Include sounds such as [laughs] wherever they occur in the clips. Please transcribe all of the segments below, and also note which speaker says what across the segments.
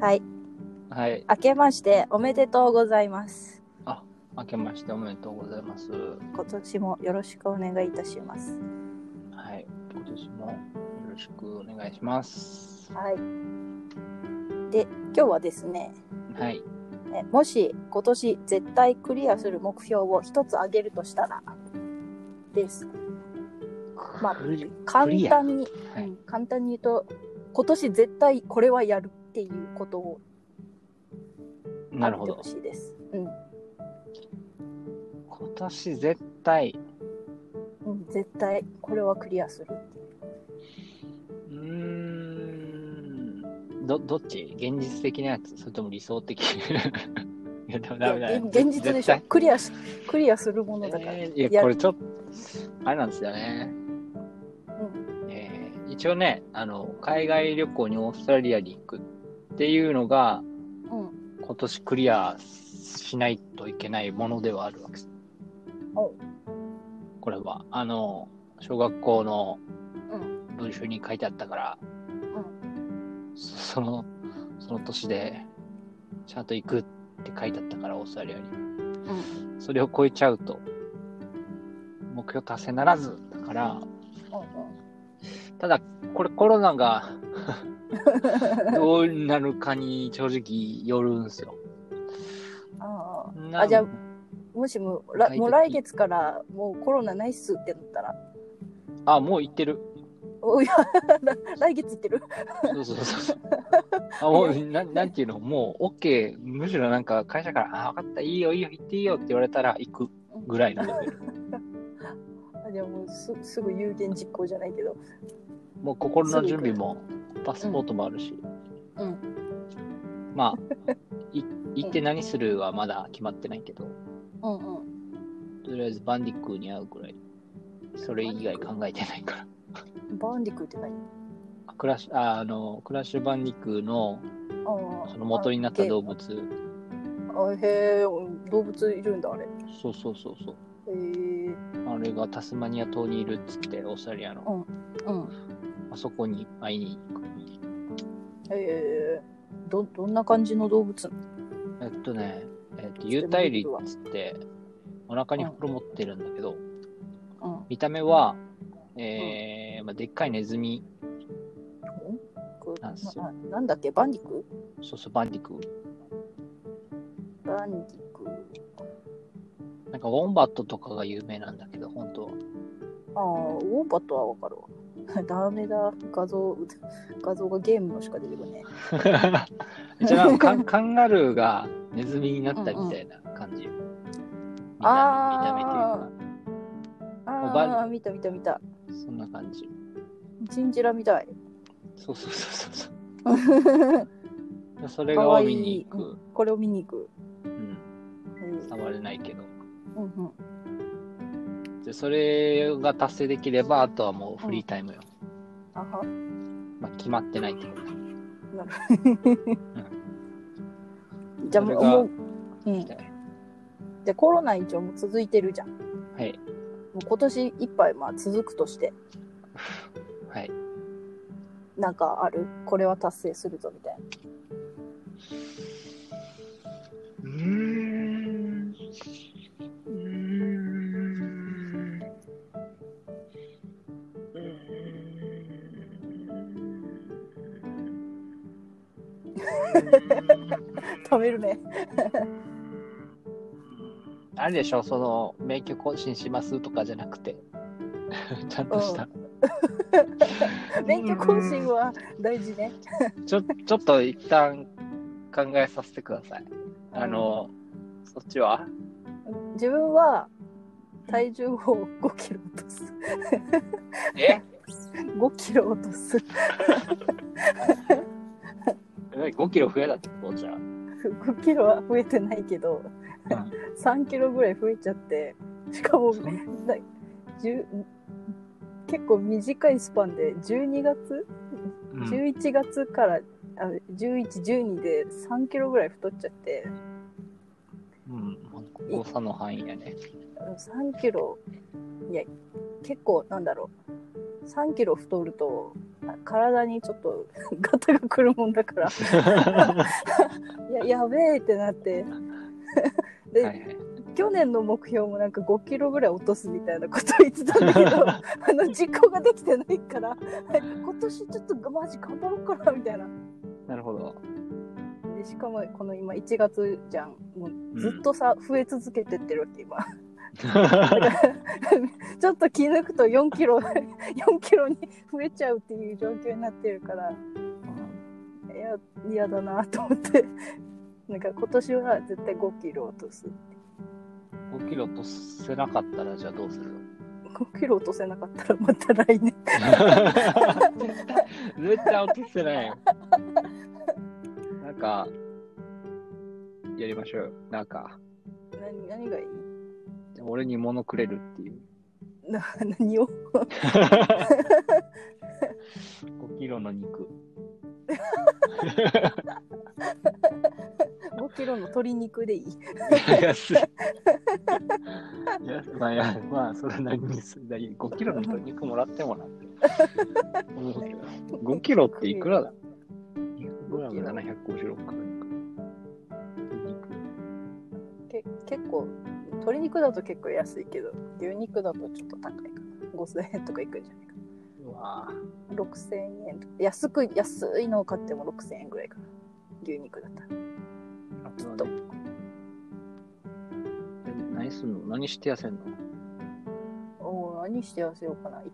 Speaker 1: はい。
Speaker 2: はい。
Speaker 1: 明けましておめでとうございます。
Speaker 2: 明けましておめでとうございます。
Speaker 1: 今年もよろしくお願いいたします。
Speaker 2: はい。今年もよろしくお願いします。
Speaker 1: はい。で、今日はですね、
Speaker 2: はい。
Speaker 1: えもし今年絶対クリアする目標を一つ挙げるとしたら、です。まあ
Speaker 2: クリ
Speaker 1: 簡
Speaker 2: クリア。
Speaker 1: 単に、
Speaker 2: は
Speaker 1: う
Speaker 2: い。
Speaker 1: ん簡単に言うと、今年絶対これはやるっていうことを
Speaker 2: なるほ
Speaker 1: や
Speaker 2: ど
Speaker 1: って。ほしいです。うん。
Speaker 2: 今年絶対、
Speaker 1: うん、絶対これはクリアする。
Speaker 2: うーん、ど、どっち現実的なやつそれとも理想的 [laughs] いや、でもダメ
Speaker 1: い
Speaker 2: だ
Speaker 1: や
Speaker 2: ね。
Speaker 1: 現現実で
Speaker 2: 絶
Speaker 1: しょ
Speaker 2: 対。
Speaker 1: クリアし、クリアするものだから。
Speaker 2: えーい
Speaker 1: や
Speaker 2: や、これちょっと、あれなんですよね。えー一応ね、あの、海外旅行にオーストラリアに行くっていうのが、
Speaker 1: うん。
Speaker 2: 今年クリアしないといけないものではあるわけです。
Speaker 1: お
Speaker 2: これは、あの、小学校の
Speaker 1: うん
Speaker 2: 文集に書いてあったから、そその、その年で、ちゃんと行くって書いてあったから、オーストラリアに。
Speaker 1: うん。
Speaker 2: それを超えちゃうと、目標達成ならず、だから、ただ、これコロナ
Speaker 1: [laughs]
Speaker 2: がどうなるかに正直よるんですよ。
Speaker 1: ああ。
Speaker 2: な
Speaker 1: あじゃあもしもら
Speaker 2: 具体的
Speaker 1: もう来月からもうコロナないっすってなったら、
Speaker 2: あ、もう行ってる。
Speaker 1: お [laughs] いや、来月行ってる。
Speaker 2: そうそう
Speaker 1: [laughs]
Speaker 2: そうそう。あもうな、なんていうの、もう OK、むしろなんか会社から、あ、分かった、いいよ、いいよ、行っていいよって言われたら行くぐらいのレ
Speaker 1: [laughs]
Speaker 2: ベル。
Speaker 1: あじゃあもうすすぐ有言実行じゃないけど。
Speaker 2: もう心の準備も、パスポートもあるし。
Speaker 1: うんう
Speaker 2: まあ、い行って何するはまだ決まってないけど、
Speaker 1: うんうん。
Speaker 2: とりあえずバンディックに会うぐらい。それ以外考えてないから。
Speaker 1: バーンディクって何
Speaker 2: あクラッシュ、ああの、クラッシュバンディックの、
Speaker 1: ああ
Speaker 2: その元になった動物。
Speaker 1: あへえ、動物いるんだ、あれ。へ
Speaker 2: そうそうそうそう。
Speaker 1: え。うん。
Speaker 2: あれがタスマニア島にいるっつって、オーストラリアの。あそこに会いに行く。
Speaker 1: へえ。ど、どんな感じの動物
Speaker 2: えっとね、えっと、幽体類っつって、お腹に袋持ってるんだけど、
Speaker 1: うん。
Speaker 2: 見た目は、えーまあ、でっかいネズミ、なんすよ
Speaker 1: ななんだっけバンディク
Speaker 2: そうそう、バンディク。
Speaker 1: バンディク。
Speaker 2: なんか、ウォンバットとかが有名なんだけど、本当は。
Speaker 1: ああ、ウォンバットはわかるわ。 [laughs] ダメだ。画像、画像がゲームのしか出てこない。
Speaker 2: 一応なんかカン、カンガルーがネズミになったみたいな感じ。見た目見た目っていうか、
Speaker 1: ああ、見た見た見た。
Speaker 2: そんな感じ。
Speaker 1: チンジラみたい。 [laughs]
Speaker 2: そうそうそうそうそう。それがを見に
Speaker 1: か
Speaker 2: 行く。
Speaker 1: これを見に行く。
Speaker 2: うん、
Speaker 1: うん
Speaker 2: 触れないけど。
Speaker 1: うん
Speaker 2: でそれが達成できればあとはもうフリータイムよ、
Speaker 1: あは。
Speaker 2: まあ、決まってないってこと
Speaker 1: じゃあ
Speaker 2: そ
Speaker 1: も
Speaker 2: れ
Speaker 1: う
Speaker 2: が
Speaker 1: もう、うん、
Speaker 2: み
Speaker 1: じ
Speaker 2: たい
Speaker 1: ゃあコロナ一応もう続いてるじゃん。も
Speaker 2: はい、
Speaker 1: う今年いっぱいまあ続くとして、
Speaker 2: はい、
Speaker 1: なんかあるこれは達成するぞみたいな。 [laughs]
Speaker 2: うーんうーん
Speaker 1: 食べるね。
Speaker 2: あれでしょその名曲更新しますとかじゃなくてちゃんとした、
Speaker 1: 免許更新は大事ね。
Speaker 2: ちょちょっと一旦考えさせてくださいあの、そっちは
Speaker 1: うん、自分は体重を5キロ落とす。
Speaker 2: え
Speaker 1: 5キロ落とす。
Speaker 2: ?5 キロ増えたってことじゃん。
Speaker 1: 5キロは増えてないけど、3キロぐらい増えちゃってしかもな10結構短いスパンで12月、
Speaker 2: うん
Speaker 1: 11月からあ1112で3キロぐらい太っちゃって
Speaker 2: うん、誤差の範囲やね。
Speaker 1: 3キロいや結構なんだろう3キロ太ると体にちょっとガタがくるもんだから
Speaker 2: [laughs]
Speaker 1: いややべえってなってで、
Speaker 2: はいはい
Speaker 1: 去年の目標もなんか5キロぐらい落とすみたいなことを言ってたんだけどあの実行ができてないから今年ちょっとマジ頑張ろうかなみたいな
Speaker 2: なるほど。
Speaker 1: でしかもこの今1月じゃんもうずっとさ、増え続けてってるわけ今 [laughs] ちょっと気抜くと4キロ4キロに増えちゃうっていう状況になってるからいや嫌だなと思ってなんか今年は絶対5キロ落とす
Speaker 2: 5キロ落とせなかったら、じゃあどうす
Speaker 1: [laughs]
Speaker 2: るの
Speaker 1: 5キロ落とせなかったらまた来年
Speaker 2: 絶対落とせないよ。なんか、やりましょうよ。なんか、
Speaker 1: 何何がいい
Speaker 2: 俺に物くれるっていう。
Speaker 1: な何を
Speaker 2: 5キロの肉。
Speaker 1: 5キロの鶏肉でいい
Speaker 2: 安い。安いまあ、やまあ、それなりにするだけど5キロの鶏肉もらってもなって。思うけど5キロっていくらだ ?200 グラム756か。
Speaker 1: け結構鶏肉だと結構安いけど牛肉だとちょっと高いかな5000円とかいくんじゃないう
Speaker 2: わ
Speaker 1: かな6000円とか安く安いのを買っても6000円ぐらいかな牛肉だったら
Speaker 2: ぁ。ち
Speaker 1: ょっと
Speaker 2: 何すんの何して痩せんの
Speaker 1: おー何して痩せようかない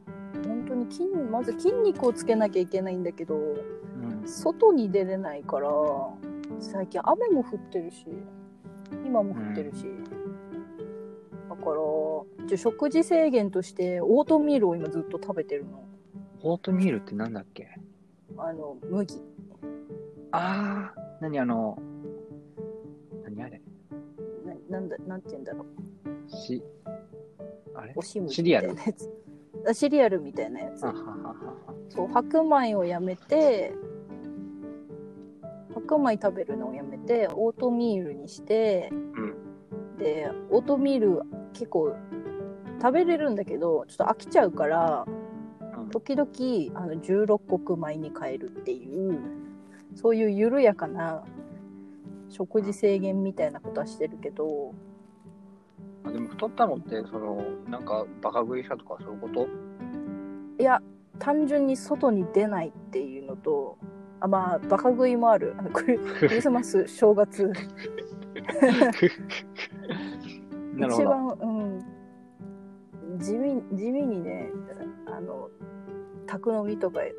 Speaker 1: 本当に筋まず筋肉をつけなきゃいけないんだけど
Speaker 2: うん。
Speaker 1: 外に出れないから最近雨も降ってるし今も降ってるし、だから一応食事制限としてオートミールを今ずっと食べてるの
Speaker 2: オートミールってなんだっけ
Speaker 1: あの麦
Speaker 2: ああ、何あの、何あれ
Speaker 1: ななんだなんて言うんだろう
Speaker 2: し、あれ
Speaker 1: おしむ
Speaker 2: シリアル
Speaker 1: みたいなやつあシリアルみたいなやつ
Speaker 2: あはははは。
Speaker 1: そう白米をやめて白米食べるのをやめてオートミールにして、でオートミール結構食べれるんだけどちょっと飽きちゃうから
Speaker 2: うん
Speaker 1: 時々あの16穀米に変えるっていうそういう緩やかな食事制限みたいなことはしてるけど
Speaker 2: あでも太ったのってそのなんかバカ食いしたとかそういうこと
Speaker 1: いや単純に外に出ないっていうのとあまあバカ食いもあるあのクリクリスマス正月
Speaker 2: なる
Speaker 1: 一
Speaker 2: ほど
Speaker 1: 番、うん、地味地味にねあの宅飲みとか [laughs] やっ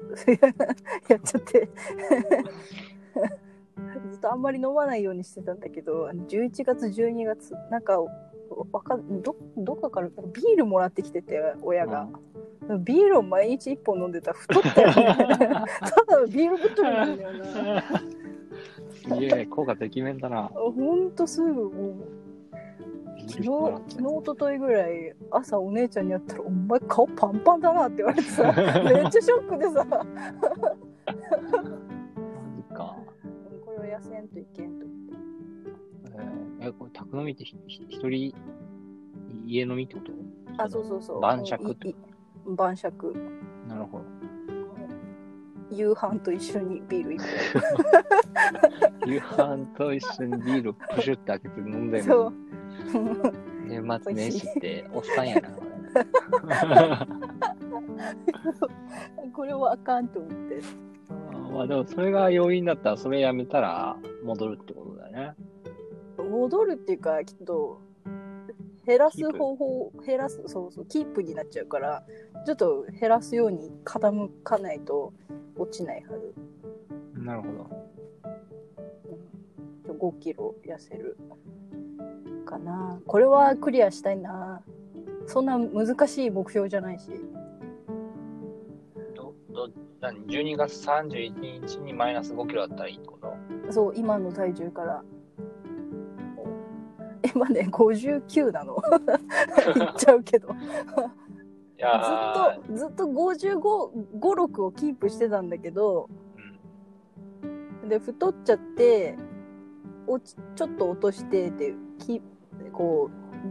Speaker 1: ちゃって [laughs] ずっとあんまり飲まないようにしてたんだけどあの11月12月なんかわかんどどっかからビールもらってきてて親が、ビールを毎日1本飲んでたら太ったよ
Speaker 2: [laughs]
Speaker 1: ねただのビールボトルなんだよな。
Speaker 2: すげえ効果てきめんだな
Speaker 1: ほんとすぐもう昨日、昨日、一昨日ぐらい、朝お姉ちゃんに会ったら、お前顔パンパンだなって言われて [laughs] さ、めっちゃショックでさ、こ
Speaker 2: マジか
Speaker 1: れは痩せんといけんと。
Speaker 2: えーえこれ宅飲みってひひ一人家飲みってこと
Speaker 1: あ、そうそうそう。
Speaker 2: 晩酌って
Speaker 1: いい晩酌。
Speaker 2: なるほど
Speaker 1: 夕飯と一緒にビール一
Speaker 2: 夕飯と一緒にビールをプシュって開けて飲んだ
Speaker 1: 杯。
Speaker 2: よ
Speaker 1: そう。 [laughs]
Speaker 2: 年末
Speaker 1: 美
Speaker 2: 年
Speaker 1: 味し
Speaker 2: 始
Speaker 1: い
Speaker 2: っておっさ
Speaker 1: [laughs]
Speaker 2: んやなこれ
Speaker 1: これはあかんと思って。
Speaker 2: まあでもそれが要因だったらそれやめたら戻るってことだね
Speaker 1: 戻るっていうか、きっと、減らす方法、減らす、そうそう、キープになっちゃうから、ちょっと減らすように傾かないと落ちないはず。
Speaker 2: なるほど
Speaker 1: うん、5キロ痩せるかなこれはクリアしたいなそんな難しい目標じゃないし
Speaker 2: どど何12月31日にマイナス5キロだったらいいってこと
Speaker 1: そう今の体重から今ね59なの言っちゃうけどず
Speaker 2: いや
Speaker 1: っとずっと5556をキープしてたんだけどで太っちゃって落ちちょっと落としてできこ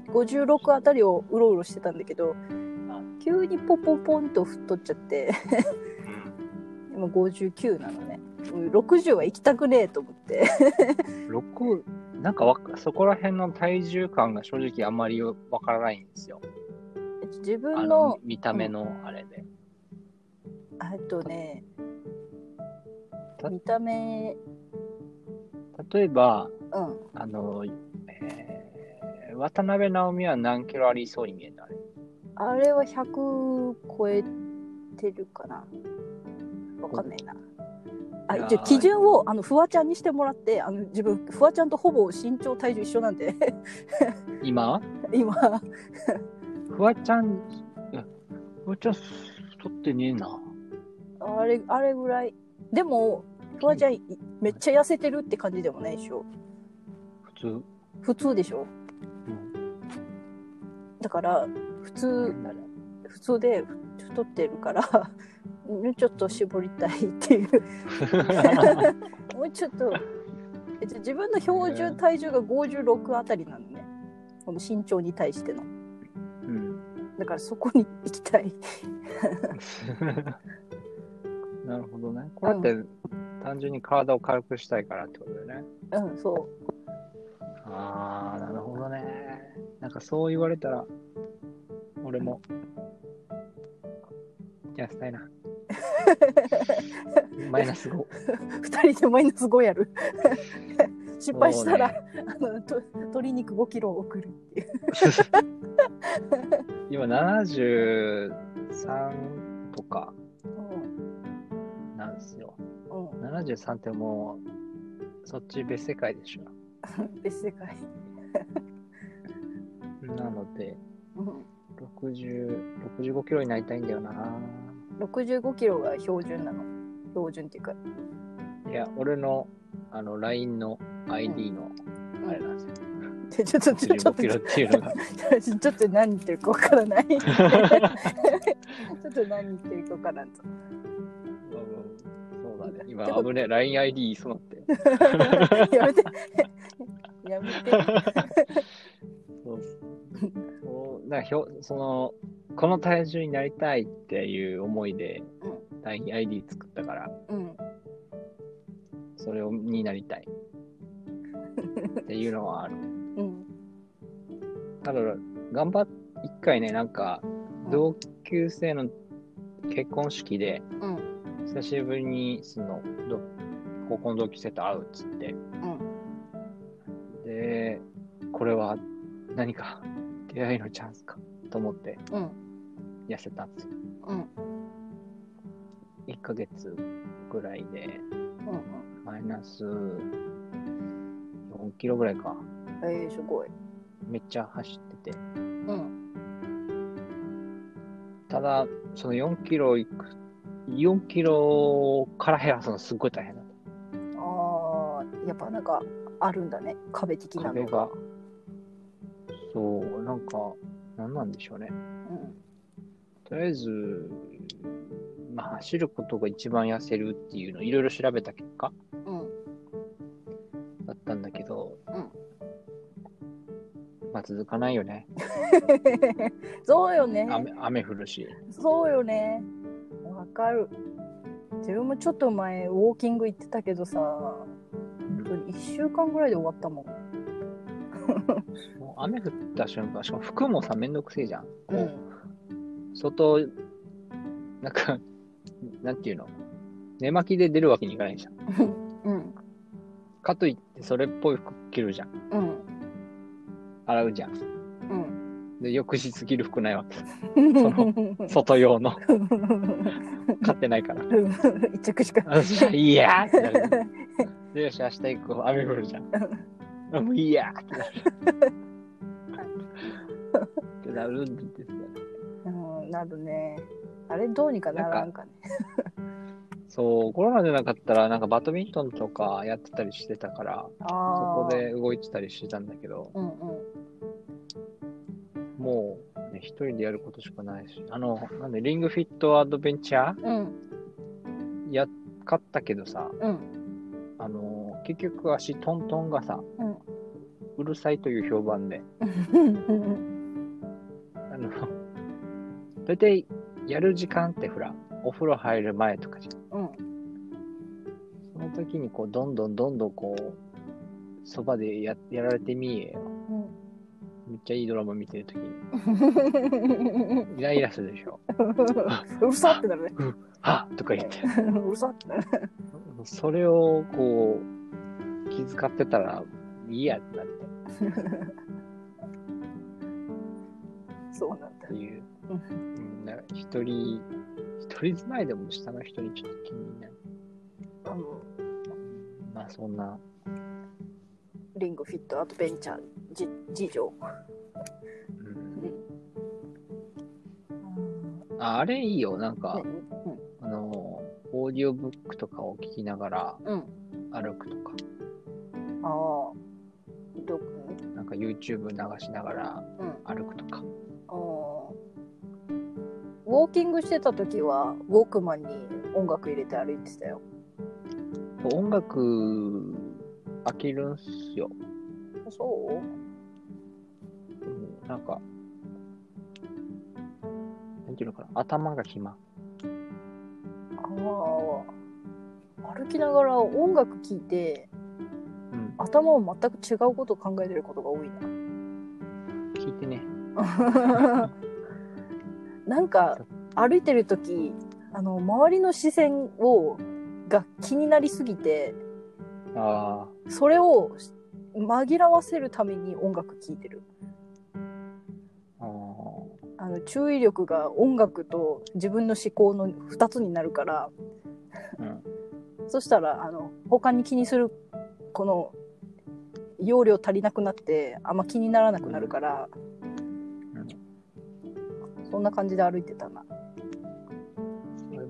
Speaker 1: う56あたりをうろうろしてたんだけど急にポポポンと太っちゃって [laughs]
Speaker 2: うん
Speaker 1: 今59なのねうん60は行きたくねえと思って [laughs]
Speaker 2: 六なんかわかそこら辺の体重感が正直あんまりわからないんですよ。
Speaker 1: 自
Speaker 2: あ
Speaker 1: 分
Speaker 2: の
Speaker 1: の
Speaker 2: 見た目のあれで。
Speaker 1: えっとね
Speaker 2: た
Speaker 1: 見た目
Speaker 2: 例えば、
Speaker 1: うん
Speaker 2: あの、えー渡辺直美は何キロありそうに見えたあれ
Speaker 1: あれは100超えてるかなわかんないな。あ
Speaker 2: いやー
Speaker 1: じゃあ基準をあのフワちゃんにしてもらってあの自分フワちゃんとほぼ身長体重一緒なんで [laughs]
Speaker 2: 今
Speaker 1: 今
Speaker 2: フワちゃん、いやフワちゃん太ってねえな。
Speaker 1: あれあれぐらいでもフワちゃんいめっちゃ痩せてるって感じでもないでしょ
Speaker 2: 普通。
Speaker 1: 普通でしょだから普通
Speaker 2: なんだろう
Speaker 1: 普通で太ってるからもうちょっと絞りたいって
Speaker 2: [laughs]
Speaker 1: いうもうちょっとえっと自分の標準体重が56あたりなのねこの身長に対しての
Speaker 2: うん。
Speaker 1: だからそこに行きたい
Speaker 2: なるほどね。これって単純に体を軽くしたいからってことだよね。
Speaker 1: うんそ
Speaker 2: ああ、なるほどね。なんかそう言われたら、俺も、痩せたい [laughs] な。マイナス5。 [laughs]
Speaker 1: う2人でマイナス5やる [laughs] 失敗したら、
Speaker 2: そうね
Speaker 1: あのと鶏肉5キロ送るっていう
Speaker 2: 今73とかなんですよ。
Speaker 1: うん、う
Speaker 2: 73ってもう、そっち別世界でしょ。
Speaker 1: ん、別世界、
Speaker 2: なので、
Speaker 1: うん、
Speaker 2: 60、65キロになりたいんだよな。
Speaker 1: 65キロが標準なの標準っていうか、
Speaker 2: いや、俺の、あの、LINE の ID
Speaker 1: う
Speaker 2: の、
Speaker 1: ん
Speaker 2: あれなんですよ。
Speaker 1: でちょっとち [laughs] ょっとちょっ
Speaker 2: 65キロっていうのが。
Speaker 1: と [laughs] ちょっとちょっと何言ってるかわから
Speaker 2: [laughs]
Speaker 1: ないちょっと何言ってるかわからんと
Speaker 2: そう
Speaker 1: だ
Speaker 2: だ
Speaker 1: ね
Speaker 2: ね。今、危ねえ、LINEID 言いそうになって。
Speaker 1: [laughs] やめて。 [laughs] やめて。
Speaker 2: そうそうなんかひょその、この体重になりたいっていう思いで、LINEID 作ったから、
Speaker 1: うん。
Speaker 2: それをになりたい。っていうのはある。
Speaker 1: うん。
Speaker 2: ただ、頑張っ、一回ね、なんか、同級生の結婚式で、
Speaker 1: うん。
Speaker 2: 久しぶりにそのど高校の同級生と会うっつって、でこれは何か出会いのチャンスかと思って
Speaker 1: うん。
Speaker 2: 痩せたんですよ
Speaker 1: うん。
Speaker 2: 1ヶ月ぐらいで
Speaker 1: うん。
Speaker 2: マイナス4キロぐらいか
Speaker 1: ええすごい。
Speaker 2: めっちゃ走ってて
Speaker 1: うん。
Speaker 2: ただその4キロいく4キロから減らすのすっごい大変だっ
Speaker 1: ああ、やっぱなんか、あるんだね。壁的
Speaker 2: た
Speaker 1: な
Speaker 2: 壁
Speaker 1: の。
Speaker 2: がそうなんか何なんでしょうね
Speaker 1: うん。
Speaker 2: とりあえず、まあ、走ることが一番痩せるっていうのをいろいろ調べた結果
Speaker 1: うん。 [laughs]
Speaker 2: だったんだけど、
Speaker 1: う
Speaker 2: まあ、続かないよね
Speaker 1: そうよね。
Speaker 2: 雨雨降るし
Speaker 1: そうよね。わかる。自分もちょっと前、ウォーキング行ってたけどさ、本当に1週間ぐらいで終わったもん。
Speaker 2: もう雨降った瞬間しかも服もさめんどくせえじゃん
Speaker 1: う
Speaker 2: こ
Speaker 1: ん。
Speaker 2: う外なんか [laughs] なんていうの寝巻きで出るわけにいかないじゃん
Speaker 1: うん。
Speaker 2: かといってそれっぽい服着るじゃん
Speaker 1: うん。
Speaker 2: 洗うじゃん
Speaker 1: うん。
Speaker 2: で翌日着る服ないわけ外
Speaker 1: [laughs]
Speaker 2: 用の買ってないから
Speaker 1: うん一着しか。
Speaker 2: あじゃあ [laughs] いい
Speaker 1: [laughs]
Speaker 2: やーってなるでよし、明日行こう。雨降るじゃん。 [laughs] あもういいやーってなる。ってなるんですよね。
Speaker 1: うん、なるね。あれどうにかならんかね。
Speaker 2: そう、コロナじゃなかったら、なんかバドミントンとかやってたりしてたから、そ
Speaker 1: ああ。
Speaker 2: こで。動いてたりしてたんだけど、
Speaker 1: うんうん。
Speaker 2: もう、ね、一人でやることしかないし、あの、なんで、リングフィットアドベンチャー
Speaker 1: うん
Speaker 2: やっかったけどさ、
Speaker 1: うん。
Speaker 2: あの、結局足トントンがさ、
Speaker 1: うん
Speaker 2: うるさいという評判で、あの、とり大体やる時間ってほら、お風呂入る前とかじゃん。
Speaker 1: うん
Speaker 2: その時にこう、どんどんどんどんこう、そばでややられてみえよ。めっちゃいいドラマ見てる時に。イライラするで
Speaker 1: [laughs]
Speaker 2: しょ。
Speaker 1: うるさってなるね。
Speaker 2: はっとか言って。
Speaker 1: うるさってなる。
Speaker 2: それをこう、気遣ってたら、いいやってなって
Speaker 1: そうなんだ
Speaker 2: って。いう。
Speaker 1: う
Speaker 2: うんだから一人、一人住まいでも下の人にちょっと気になる。
Speaker 1: うん
Speaker 2: まあそんな、
Speaker 1: リングフィットアドベンチャーじ事情。
Speaker 2: うんああれいいよ、なんか、あの、オーディオブックとかを聞きながら
Speaker 1: うん。
Speaker 2: 歩くとか、
Speaker 1: ああ。どこ
Speaker 2: なんか YouTube 流しながら
Speaker 1: うん。あ
Speaker 2: 歩くとか。
Speaker 1: あ。ウォーキングしてた時はウォークマンに音楽入れて歩いてたよ。
Speaker 2: 音楽飽きるんすよ。
Speaker 1: そう？
Speaker 2: うんなんか、なんていうのかな、頭が暇。
Speaker 1: ああ。歩きながら音楽聴いて
Speaker 2: うん、
Speaker 1: 頭を全く違うことを考えてることが多いな。
Speaker 2: 聞いてね。
Speaker 1: なんか歩いてる時あの周りの視線をが気になりすぎて
Speaker 2: あ
Speaker 1: それを紛らわせるために音楽聴いてる
Speaker 2: あ、あー
Speaker 1: あの注意力が音楽と自分の思考の2つになるから、そしたらあの他に気にするこの容量足りなくなってあんま気にならなくなるから、そんな感じで歩いてたな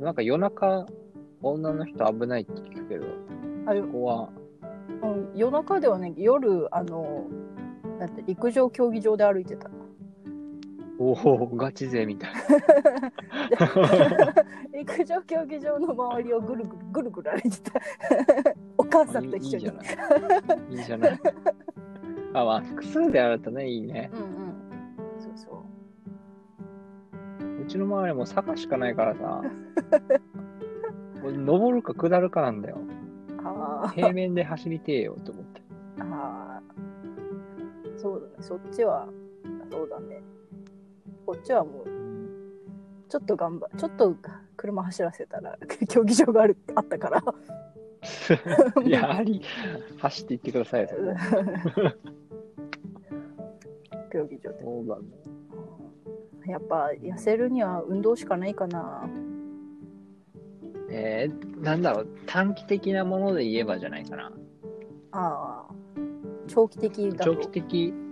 Speaker 2: なんか夜中、女の人危ないって聞くけど、
Speaker 1: あれ
Speaker 2: ここは、
Speaker 1: うん夜中ではね夜あのだって陸上競技場で歩いてた
Speaker 2: おお、 [laughs] ガチ勢みたいな。
Speaker 1: 陸上競技場の周りをぐるぐるぐるぐる歩いてた [laughs] お母さんと
Speaker 2: いい
Speaker 1: 一緒に
Speaker 2: じゃない。いいじゃ
Speaker 1: [laughs]
Speaker 2: ない。あ、まあ、複数でやるとね、いいね。
Speaker 1: うんうんそうそう
Speaker 2: うちの周りも坂しかないからさ。俺登るか下るかなんだよ。
Speaker 1: あー
Speaker 2: 平面で走りてえよ
Speaker 1: [laughs]
Speaker 2: と思って。
Speaker 1: あーそうだねそっちはそうだねこっちはもう
Speaker 2: うん
Speaker 1: ちょっと頑張ちょっと車走らせたら [laughs] 競技場があるあったから
Speaker 2: [laughs] やはり、走っていってくださいよ。それは
Speaker 1: [laughs] 競技場で
Speaker 2: そうだね。
Speaker 1: やっぱ痩せるには運動しかないかな
Speaker 2: えー、なんだろう、短期的なもので言えばじゃないかな。
Speaker 1: ああ長期的だと
Speaker 2: 長期的、うん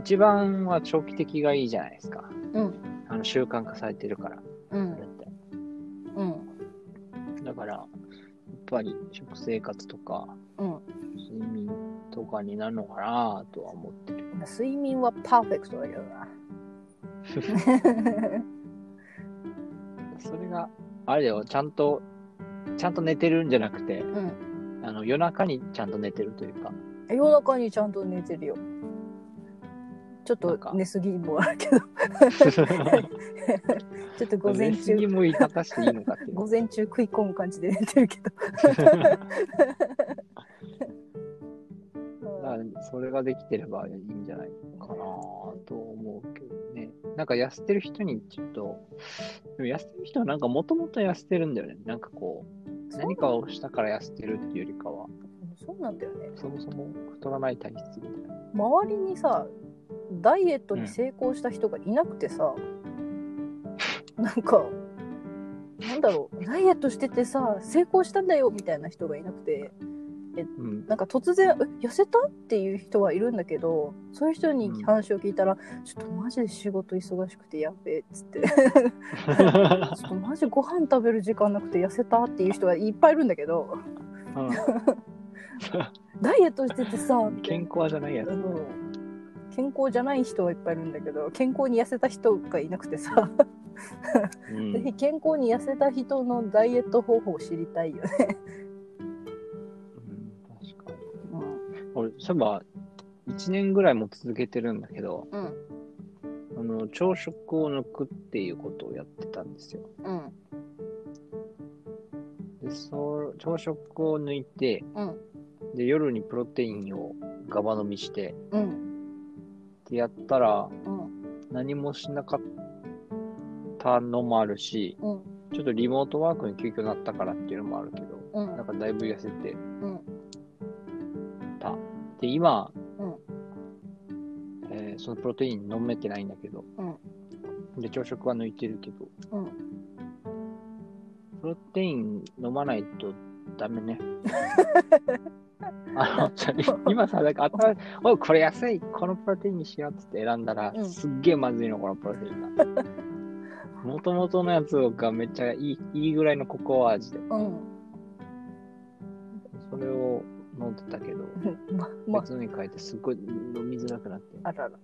Speaker 2: 一番は長期的がいいじゃないですか。
Speaker 1: うん
Speaker 2: あの習慣化されてるから、
Speaker 1: う
Speaker 2: それ
Speaker 1: ん
Speaker 2: って。
Speaker 1: うん
Speaker 2: だから、やっぱり食生活とか、
Speaker 1: うん
Speaker 2: 睡眠とかになるのかなとは思ってる。 [laughs]
Speaker 1: 睡眠はパーフェクトだけどな [laughs]
Speaker 2: それが、あれだよ、ちゃんと、ちゃんと寝てるんじゃなくて、
Speaker 1: うん
Speaker 2: あの夜中にちゃんと寝てるというか、
Speaker 1: 夜中にちゃんと寝てるよちょっ
Speaker 2: な
Speaker 1: と
Speaker 2: んか
Speaker 1: 寝すぎもあるけど [laughs] ちょっと [laughs] 午前
Speaker 2: [laughs] 寝す
Speaker 1: 中
Speaker 2: ぎもいたかしていいのかっていう
Speaker 1: 午前中食い込む感じで寝てるけど
Speaker 2: [laughs] だからそれができてればいいんじゃないかなと思うけどね。なんか痩せてる人にちょっと、でも痩せてる人はなんかもともと痩せてるんだよね。なんかこう、何かをしたから痩せてるっていうよりかは、
Speaker 1: そうなんだよね
Speaker 2: そもそも太らない体質みたいな。
Speaker 1: 周りにさダイエットに成功した人がいなくてさ、なんかなんだろうダイエットしててさ成功したんだよみたいな人がいなくて
Speaker 2: うん。
Speaker 1: なんか突然「え痩せた?」っていう人はいるんだけどそういう人に話を聞いたら「ちょっとマジで仕事忙しくてやべえ」っつ
Speaker 2: [laughs]
Speaker 1: って「ちょっとマジご飯食べる時間なくて痩せた?」っていう人がいっぱいいるんだけどダイエットしててさ
Speaker 2: [laughs] うん、健康じゃないやつ
Speaker 1: あ。の健康じゃない人はいっぱいいるんだけど健康に痩せた人がいなくてさ、
Speaker 2: う
Speaker 1: ぜひ
Speaker 2: ん、
Speaker 1: 健康に痩せた人のダイエット方法を知りたいよね。
Speaker 2: 確かに。俺、そういえば、1年ぐらいも続けてるんだけど、
Speaker 1: うん
Speaker 2: あのの朝食を抜くっていうことをやってたんですよ。
Speaker 1: うん
Speaker 2: でそう朝食を抜いて
Speaker 1: うん
Speaker 2: で夜にプロテインをガバ飲みして
Speaker 1: うん
Speaker 2: ってやったら
Speaker 1: うん
Speaker 2: 何もしなかったのもあるし
Speaker 1: うん
Speaker 2: ちょっとリモートワークに急遽なったからっていうのもあるけど
Speaker 1: う
Speaker 2: なん
Speaker 1: ん
Speaker 2: かだいぶ痩せて
Speaker 1: うん
Speaker 2: た。で、今、
Speaker 1: うん
Speaker 2: えーそのプロテイン飲めてないんだけど、で、朝食は抜いてるけど、
Speaker 1: うん
Speaker 2: プロテイン飲まないとダ
Speaker 1: [laughs]
Speaker 2: メね。あの、今さ、なん
Speaker 1: [laughs]
Speaker 2: か、頭おい、これ安い、このプロテインにしようっつって選んだら、
Speaker 1: うん
Speaker 2: すっげえまずいの、このプロテインが。
Speaker 1: [laughs]
Speaker 2: もともとのやつがめっちゃいいいいぐらいのココア味で、
Speaker 1: うん
Speaker 2: それを飲んでたけど、
Speaker 1: うんまま
Speaker 2: 別に変えてすっごい飲みづらくなって、
Speaker 1: あらら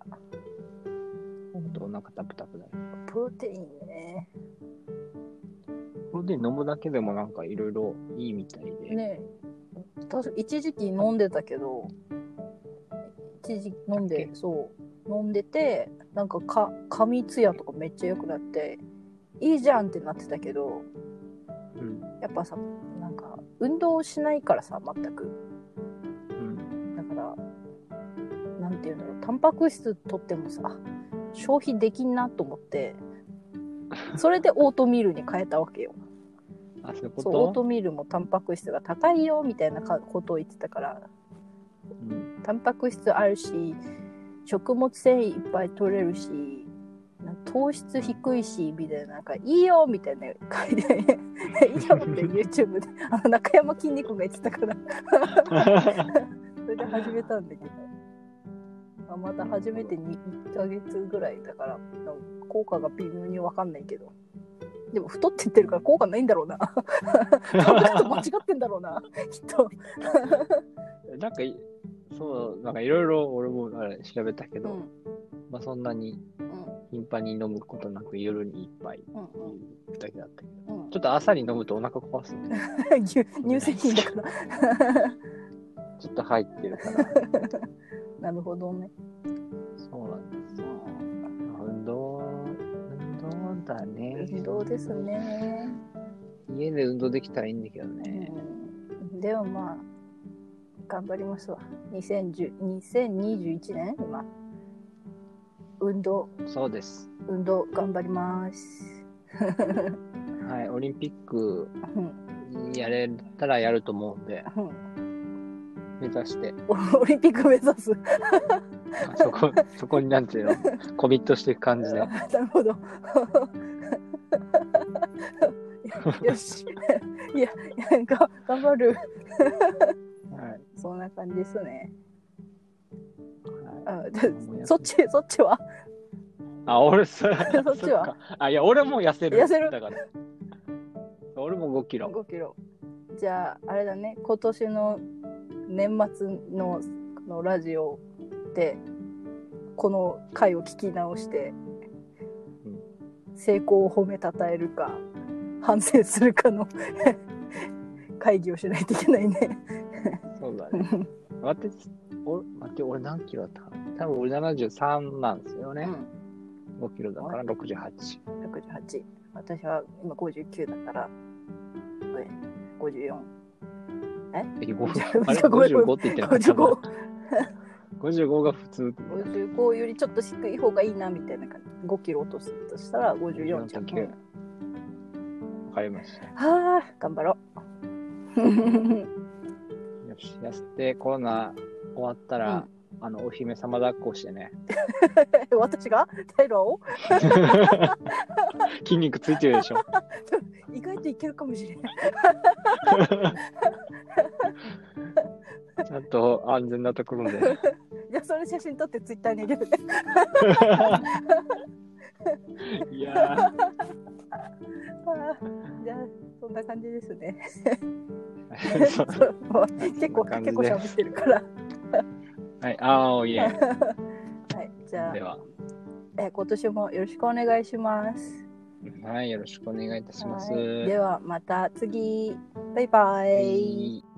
Speaker 2: ほんとお腹タプタプだよ。
Speaker 1: プロテインね
Speaker 2: それで飲むだけでもなんかいろいろいいみたいで、
Speaker 1: ねえ確か一時期飲んでたけど一時期飲ん
Speaker 2: だっ
Speaker 1: で
Speaker 2: け
Speaker 1: そう飲んでてなんかか髪ツヤとかめっちゃ良くなっていいじゃんってなってたけど
Speaker 2: うん
Speaker 1: やっぱさなんか運動しないからさ全く
Speaker 2: うん、
Speaker 1: だからなんていうんだろうタンパク質取ってもさ消費できんなと思ってそれでオートミールに変えたわけよ
Speaker 2: あそういうこ
Speaker 1: そ
Speaker 2: と
Speaker 1: うオートミールもタンパク質が高いよみたいなかことを言ってたから
Speaker 2: うん [laughs]
Speaker 1: タンパク質あるし食物繊維いっぱい取れるしなんか糖質低いしみたいななんかいいよみたいな書いて [laughs] いいよって YouTube であの中山きんに君が言ってたからそれで始めたんだけど、まあ、また始めて2ヶ月ぐらいだからなんか効果が微妙に分かんないけどでも太ってってるから効果ないんだろ
Speaker 2: [laughs]
Speaker 1: うな考え方間違ってんだろうなきっと、
Speaker 2: なんかいそうなんかいろいろ俺もあれ調べたけど、まあ、そんなに頻繁に飲むことなく夜に一杯って
Speaker 1: うんうん
Speaker 2: いうだけだったけど、
Speaker 1: うん [laughs]
Speaker 2: ちょっと朝に飲むとお腹壊すのね
Speaker 1: 牛乳製品だから
Speaker 2: ちょっと入ってるから
Speaker 1: なるほどね
Speaker 2: そうなんですよ運動運動だね
Speaker 1: 運動ですね、
Speaker 2: 家で運動できたらいいんだけど
Speaker 1: う
Speaker 2: ね、
Speaker 1: ん、でもまあ頑張りますわ2010 2021年今運動
Speaker 2: そうです
Speaker 1: 運動頑張ります
Speaker 2: はいオリンピック
Speaker 1: うん
Speaker 2: やれたらやると思うんで
Speaker 1: うん
Speaker 2: 目指して
Speaker 1: オリンピック目指す
Speaker 2: そ
Speaker 1: [laughs]
Speaker 2: こ、そこになんていうの、コミットしていく感じで。
Speaker 1: なるほど [laughs] よしいやいやが頑張るそんな感じですねあでそっちそっちは
Speaker 2: あ、俺そ、
Speaker 1: そっちは
Speaker 2: そかあ、いや、俺も痩せる。
Speaker 1: 痩せる
Speaker 2: だから。俺も5キロ。
Speaker 1: 5キロじゃああれだね今年の年末のこのラジオでこの回を聞き直して、
Speaker 2: うん
Speaker 1: 成功を褒めたたえるか反省するかの [laughs] 会議をしないといけないね
Speaker 2: そうだね。
Speaker 1: [laughs]
Speaker 2: 待って、お待って、俺何キロだったかな多分俺73なんですよね。5キロだから68。
Speaker 1: 68私は今59だからえ54
Speaker 2: え、
Speaker 1: [laughs] 55
Speaker 2: 5あれ ?55 って言ってなかった。
Speaker 1: 55
Speaker 2: 55が
Speaker 1: [laughs]
Speaker 2: 普通って言って
Speaker 1: 55よりちょっと低い方がいいなみたいな感じ5キロ落とすとしたら54じゃん、
Speaker 2: 54.9
Speaker 1: うん
Speaker 2: た。わかりました。
Speaker 1: はあ頑張ろう [laughs]
Speaker 2: よし、痩せてコロナ終わったら、あの、お姫様抱っこしてね。 [laughs]
Speaker 1: 私がタイラーを
Speaker 2: 筋肉ついてるで [laughs] しょ。
Speaker 1: 意外といけるかもしれない
Speaker 2: ちゃんと安全なところ [laughs] で。
Speaker 1: じゃあそれ写真撮ってツイッターにあげるね [laughs]
Speaker 2: いやー
Speaker 1: はあじゃあそんな感じですね
Speaker 2: [laughs] そう
Speaker 1: そうもう結構
Speaker 2: そんな感じ
Speaker 1: 結
Speaker 2: で
Speaker 1: 構喋ってるから
Speaker 2: はい、あーおいえ。
Speaker 1: はいじゃあ
Speaker 2: では、
Speaker 1: え今年もよろしくお願いします
Speaker 2: はい、よろしくお願いいたします。
Speaker 1: はいではまた次バイバイ、
Speaker 2: はい